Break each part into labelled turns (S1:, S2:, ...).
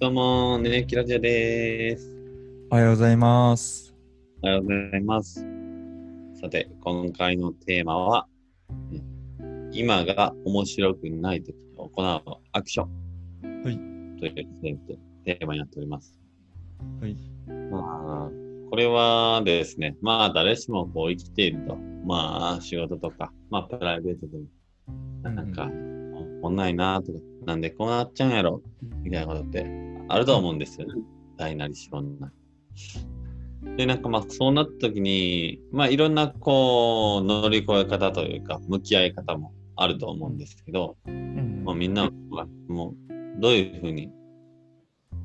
S1: どうも、ねきラジオです。
S2: おはようございます。
S1: おはようございます。さて、今回のテーマは、え今が面白くない時に行うアクション。
S2: はい
S1: というテーマになっております。
S2: はい。
S1: まあ、これはですね、まあ誰しもこう生きていると、まあ仕事とか、まあプライベートでも、なんか、おんないなとか、なんでこうなっちゃうんやろみたいなことってあると思うんですよね。大なり小なり。で、なんかまあそうなった時に、まあいろんなこう乗り越え方というか、向き合い方もあると思うんですけど、
S2: うん
S1: もうみんなはもうどういうふうに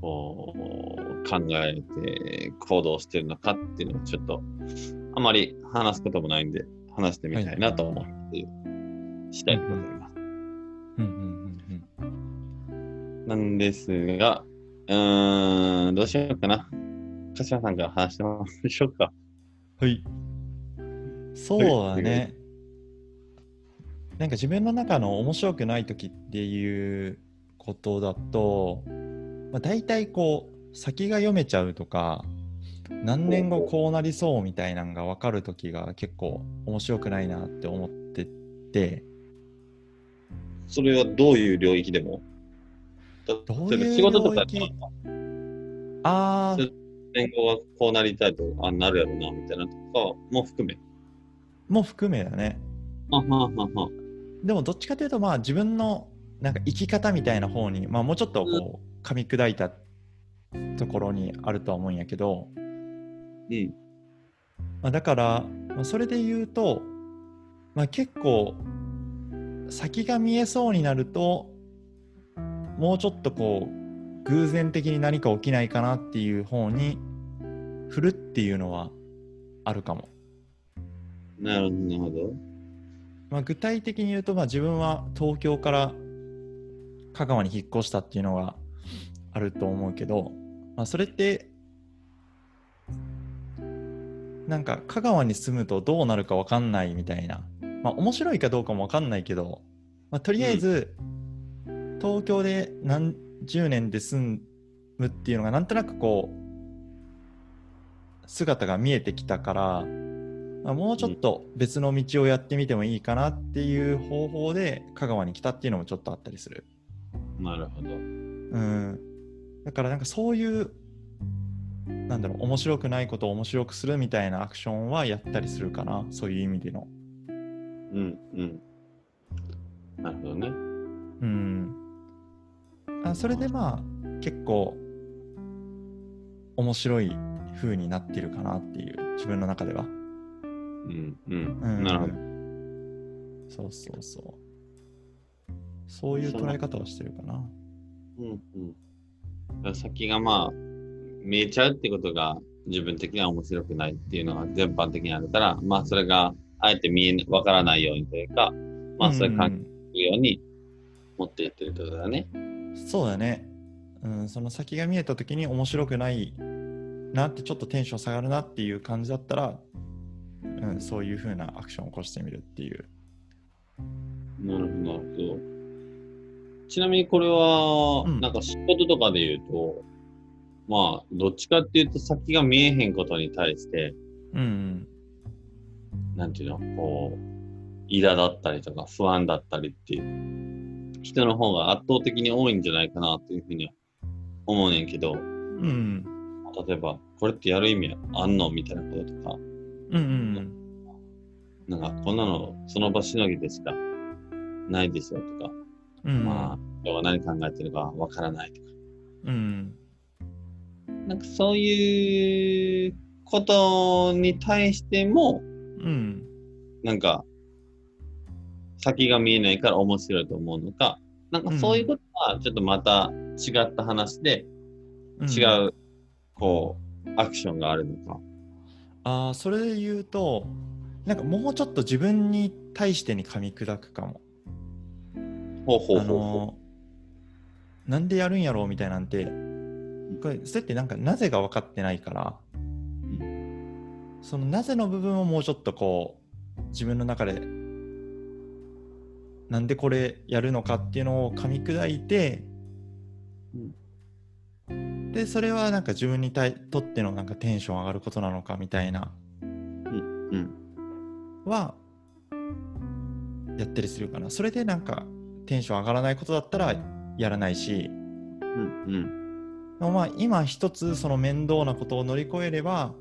S1: こう考えて行動してるのかっていうのをちょっとあまり話すこともないんで話してみたいなと思っている次第でございます。
S2: うんうんうん
S1: なんですが、うーん、どうしようかな。柏さんから話してもらいましょうか。
S2: うんはい。そうだね。なんか自分の中の面白くない時っていうことだと、まあ、大体こう先が読めちゃうとか何年後こうなりそうみたいなのが分かる時が結構面白くないなって思ってて
S1: それはどういう領域でも
S2: どう
S1: 例えば
S2: いう
S1: 仕事と
S2: 領
S1: か
S2: 域ああ
S1: 年後はこうなりたいとか、あなるやろな、みたいなとかも含め。
S2: も含めだね
S1: はははは。
S2: でもどっちかというとまあ自分のなんか生き方みたいな方に、まあ、もうちょっとこう噛み砕いたところにあるとは思うんやけど、
S1: うん。
S2: まあ、だから、まあ、それで言うと、まあ、結構先が見えそうになるともうちょっとこう偶然的に何か起きないかなっていう方に振るっていうのはあるかも。
S1: なるほど、なるほど。
S2: まあ、具体的に言うと、まあ、自分は東京から香川に引っ越したっていうのがあると思うけど、まあ、それってなんか香川に住むとどうなるか分かんないみたいな、まあ、面白いかどうかも分かんないけど、まあ、とりあえず東京で何十年で住むっていうのがなんとなくこう姿が見えてきたから、まあ、もうちょっと別の道をやってみてもいいかなっていう方法で香川に来たっていうのもちょっとあったりする。
S1: なるほど。
S2: うん、だからなんかそういうなんだろう面白くないことを面白くするみたいなアクションはやったりするかなそういう意味での。
S1: うんうん。なるほどね。
S2: うん、あそれでまあ結構面白い風になってるかなっていう自分の中では。
S1: うんう。
S2: うんん、
S1: なるほど。
S2: そうそうそう。そういう捉え方をしてるかな。
S1: うんうん。先がまあ、見えちゃうってことが自分的には面白くないっていうのが全般的にあるから、まあそれがあえて見え、わからないようにというか、まあそういう感
S2: う
S1: じるように持っていってるってことだね。
S2: んそうだね、うん、その先が見えた時に面白くないなってちょっとテンション下がるなっていう感じだったら、うん、そういう風なアクションを起こしてみるっていう
S1: なるほど、なるほど。ちなみにこれは、
S2: うん
S1: なんか仕事とかで言うと、まあ、どっちかっていうと先が見えへんことに対して、
S2: うん
S1: なんていうの、こう、苛だったりとか不安だったりっていう人の方が圧倒的に多いんじゃないかなというふうには思うねんけど、
S2: うんうん
S1: 例えば、これってやる意味あんのみたいなこととか、
S2: うんうん
S1: なんか、こんなのその場しのぎでしかないでしょうとか、
S2: うん
S1: まあ、今日は何考えてるかわからないとか、
S2: うん
S1: なんかそういうことに対しても、
S2: うん
S1: なんか、先が見えないから面白いと思うのか、なんかそういうことは、ちょっとまた違った話で、
S2: うん
S1: 違う、こう、アクションがあるのか。
S2: ああそれで言うとなんかもうちょっと自分に対してに噛み砕くかも
S1: ほうほうほう
S2: あ
S1: ほ
S2: のーなんでやるんやろうみたいなんてこれそれってなんかなぜが分かってないから、そのなぜの部分をもうちょっとこう自分の中でなんでこれやるのかっていうのを噛み砕いて、
S1: うん
S2: でそれはなんか自分に対とってのなんかテンション上がることなのかみたいな
S1: うん。
S2: はやったりするかなそれでなんかテンション上がらないことだったらやらないし
S1: うん。うん。
S2: でもまあ今一つその面倒なことを乗り越えれば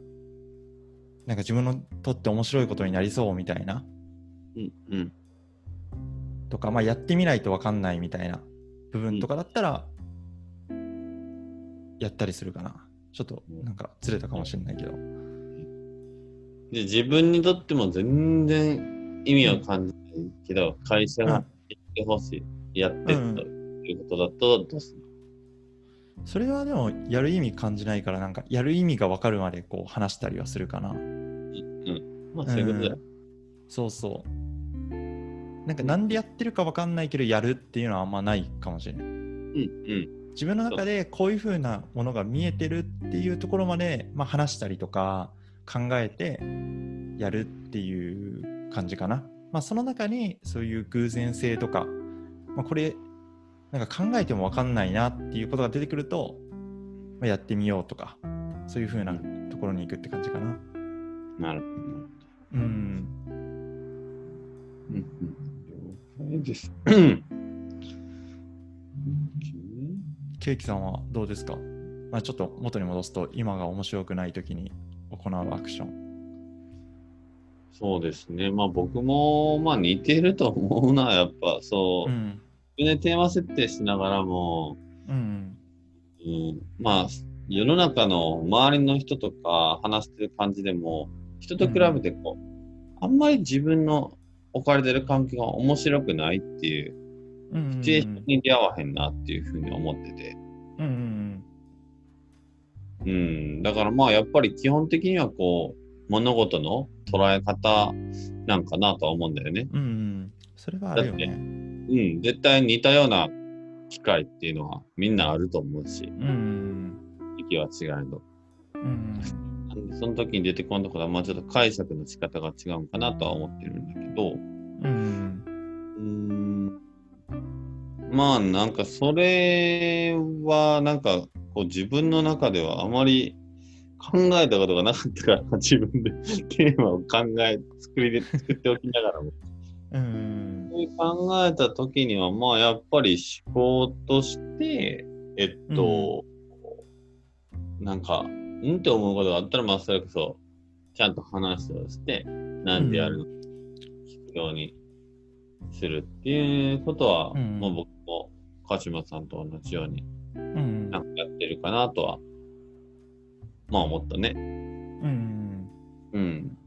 S2: なんか自分のとって面白いことになりそうみたいな
S1: うん。うん。
S2: とか、まあ、やってみないと分かんないみたいな部分とかだったらやったりするかなちょっとなんかずれたかもしれないけど
S1: で、自分にとっても全然意味を感じないけど、会社がやってほしい、やって
S2: うん
S1: ということだと、どうする
S2: それはでもやる意味感じないからなんかやる意味が分かるまでこう話したりはするかな
S1: まあ、そういうことだよ。
S2: そうそうなんかなんでやってるか分かんないけどやるっていうのはあんまないかもしれない
S1: うん。うん。
S2: 自分の中でこういう風なものが見えてるっていうところまで、まあ、話したりとか考えてやるっていう感じかな、まあ、その中にそういう偶然性とか、まあ、これなんか考えても分かんないなっていうことが出てくると、まあ、やってみようとかそういう風なところに行くって感じかな
S1: なるほど。
S2: うん
S1: うんうん了解です。OK
S2: ケーキさんはどうですか、まあ、ちょっと元に戻すと今が面白くない時に行うアクション
S1: そうですね。まあ僕も、まあ似てると思うな、やっぱ。そうう。
S2: ん
S1: 自分でテーマ設定しながらも、
S2: うん
S1: うん、まあ、世の中の周りの人とか話してる感じでも、人と比べてこう、あんまり自分の置かれてる環境が面白くないっていう、
S2: うんう
S1: シ
S2: ん
S1: チュエーションに出会わへんなっていうふうに思ってて。
S2: うんうんうん
S1: うん、だからまあやっぱり基本的にはこう物事の捉え方なんかなとは思うんだよね。
S2: うんうん、それはあるよね。
S1: うん、絶対似たような機会っていうのはみんなあると思うし、
S2: うん
S1: 時期は違えど。
S2: うんうん
S1: なんでその時に出てこんところはまあちょっと解釈の仕方が違うのかなとは思ってるんだけど、
S2: うんうん
S1: うん、まあなんかそれはなんかこう自分の中ではあまり考えたことがなかったから自分でテーマを考え作りで作っておきながらも
S2: うん
S1: そういう考えた時にはまあやっぱり思考としてえっと、なんかうんって思うことがあったらまあそれこそちゃんと話をしてなんでやるのか聞くようにするっていうことは、
S2: うん
S1: もう僕も鹿島さんと同じように
S2: うん
S1: なんかやってるかなとはまあ思ったね。
S2: うん
S1: うん。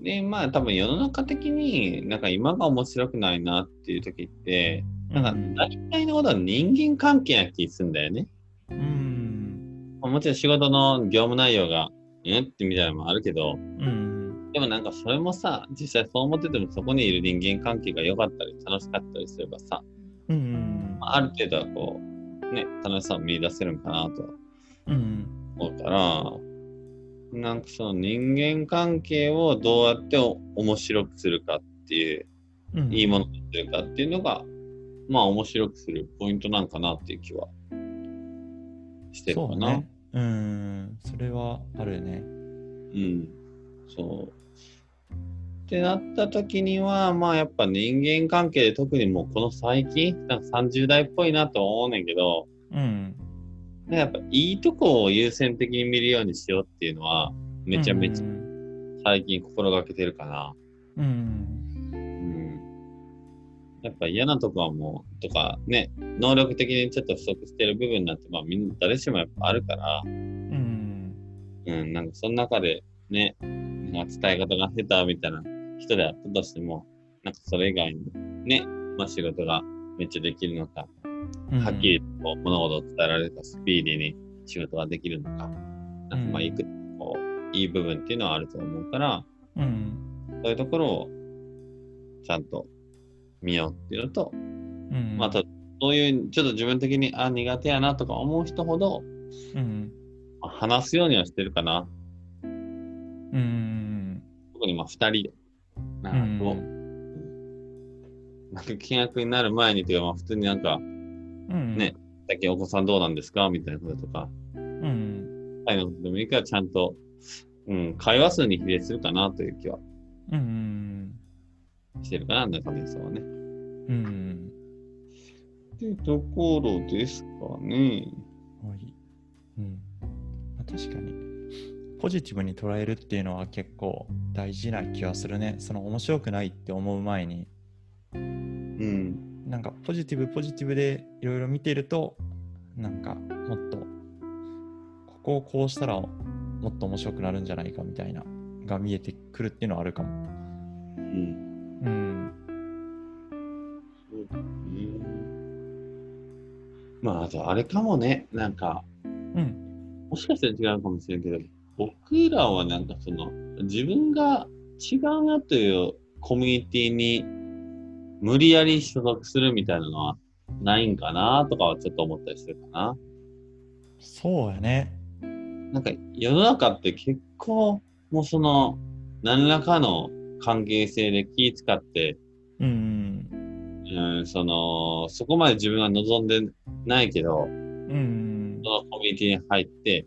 S1: で、まあ多分世の中的になんか今が面白くないなっていう時って、なんか大体のことは人間関係な気するんだよね。
S2: うん
S1: まあもちろん仕事の業務内容が、うんってみたいなのもあるけど、
S2: うん
S1: でもなんかそれもさ、実際そう思っててもそこにいる人間関係が良かったり楽しかったりすればさ、
S2: うん
S1: まあある程度はこう、ね、楽しさを見出せるんかなと
S2: うん
S1: 思うから、なんかその人間関係をどうやってお面白くするかっていう
S2: うん
S1: いいものにするかっていうのが、まあ面白くするポイントなんかなっていう気はしてる
S2: そ
S1: か
S2: う
S1: な。
S2: ねうんそれはあるね
S1: うん。そう。ってなった時には、まあやっぱ人間関係で特にもうこの最近、なんか30代っぽいなとは思うねんけど、
S2: うん
S1: なんかやっぱいいとこを優先的に見るようにしようっていうのは、めちゃめちゃ
S2: うん
S1: 最近心がけてるかな。
S2: うん
S1: うんやっぱ嫌なとこはもう、とかね、能力的にちょっと不足してる部分なんて、まあみんな誰しもやっぱあるから、
S2: うん
S1: うん、なんかその中でね、なんか伝え方が下手みたいな人であったとしても、なんかそれ以外にね、まあ仕事がめっちゃできるのか、
S2: うん
S1: はっきりこう物事を伝えられたスピーディーに仕事ができるのか、なんかまあいくつかこう、いい部分っていうのはあると思うから、
S2: うん
S1: そういうところをちゃんと見ようっていうのと、
S2: うん
S1: まあ、たそういう、ちょっと自分的に、あ、苦手やなとか思う人ほど、
S2: うん
S1: まあ話すようにはしてるかな。
S2: うん
S1: 特にまあ、二人で。な
S2: うん
S1: かこう、なんか険悪になる前にというか、まあ、普通になんか、
S2: うん
S1: ね最近お子さんどうなんですかみたいなこととか、
S2: うん
S1: はい、のことでもいいからちゃんと、うん、会話数に比例するかなという気は
S2: うんうん
S1: してるかな、中根さんはね。
S2: うんうん
S1: ってところですかね。
S2: はいうんまあ確かにポジティブに捉えるっていうのは結構大事な気はするねその面白くないって思う前に
S1: うん。
S2: なんかポジティブポジティブでいろいろ見てるとなんかもっとここをこうしたらもっと面白くなるんじゃないかみたいなが見えてくるっていうのはあるかも。
S1: うん。
S2: うん。
S1: そうだねまあ、あとあれかもね、なんか、
S2: うん。
S1: もしかしたら違うかもしれんけど、僕らはなんかその、自分が違うなというコミュニティに無理やり所属するみたいなのはないんかなとかはちょっと思ったりするかな。
S2: そうやね。
S1: なんか世の中って結構、もうその、何らかの関係性で気使って、
S2: うん。
S1: うん、その、そこまで自分は望んでないけど、
S2: うん
S1: そ。のコミュニティに入って、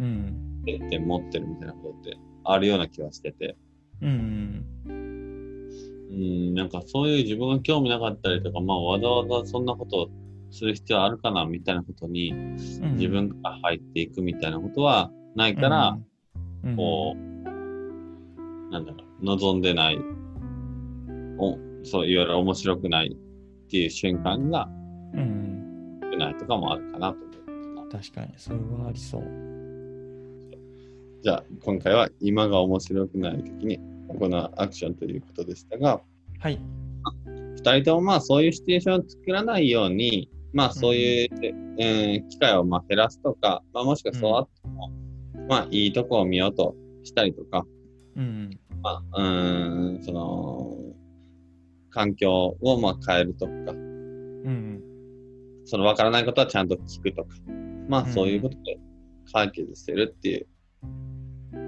S2: うん。
S1: って持ってるみたいなことってあるような気はしてて。
S2: うん。
S1: うん、なんかそういう自分が興味なかったりとか、まあわざわざそんなことをする必要あるかなみたいなことに自分が入っていくみたいなことはないから、、
S2: うん、
S1: こう、なんだろう、望んでない、おそういわゆる面白くないっていう瞬間が
S2: うん。うん。
S1: 少ないとかもあるかなと思う。
S2: 確かに、それはありそう。
S1: じゃあ今回は今が面白くない時に行うアクションということでしたが、
S2: はい。
S1: 2人ともまあそういうシチュエーションを作らないように、まあそういう、うん機会をまあ減らすとか、まあ、もしくはそうあっても、まあいいとこを見ようとしたりとか、
S2: うん。
S1: まあ、うん、その、環境をまあ変えるとか、
S2: うん。
S1: その分からないことはちゃんと聞くとか、まあ
S2: うん
S1: そういうことで解決してるっていう。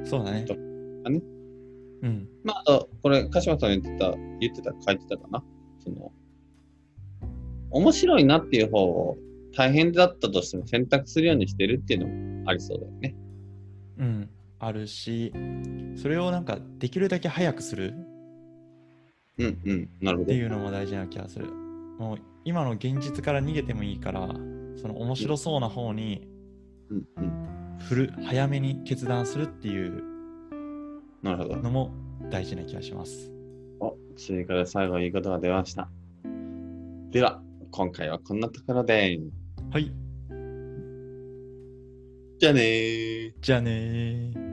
S2: そうだね。
S1: とかね
S2: うん。
S1: まああと、これ、鹿島さん言ってた、言ってた、書いてたかな。その、面白いなっていう方を大変だったとしても選択するようにしてるっていうのもありそうだよね。
S2: うん、あるしそれをなんかできるだけ早くする
S1: うんうん、なるほ
S2: って
S1: ど。
S2: いうのも大事な気がするもう今の現実から逃げてもいいからその面白そうな方に
S1: うんうん、
S2: 振る早めに決断するっていう
S1: なるほど。
S2: のも大事な気がします
S1: お、追加で最後いいことが出ました。では、今回はこんなところで。
S2: はい
S1: じゃあねー。
S2: じゃあねー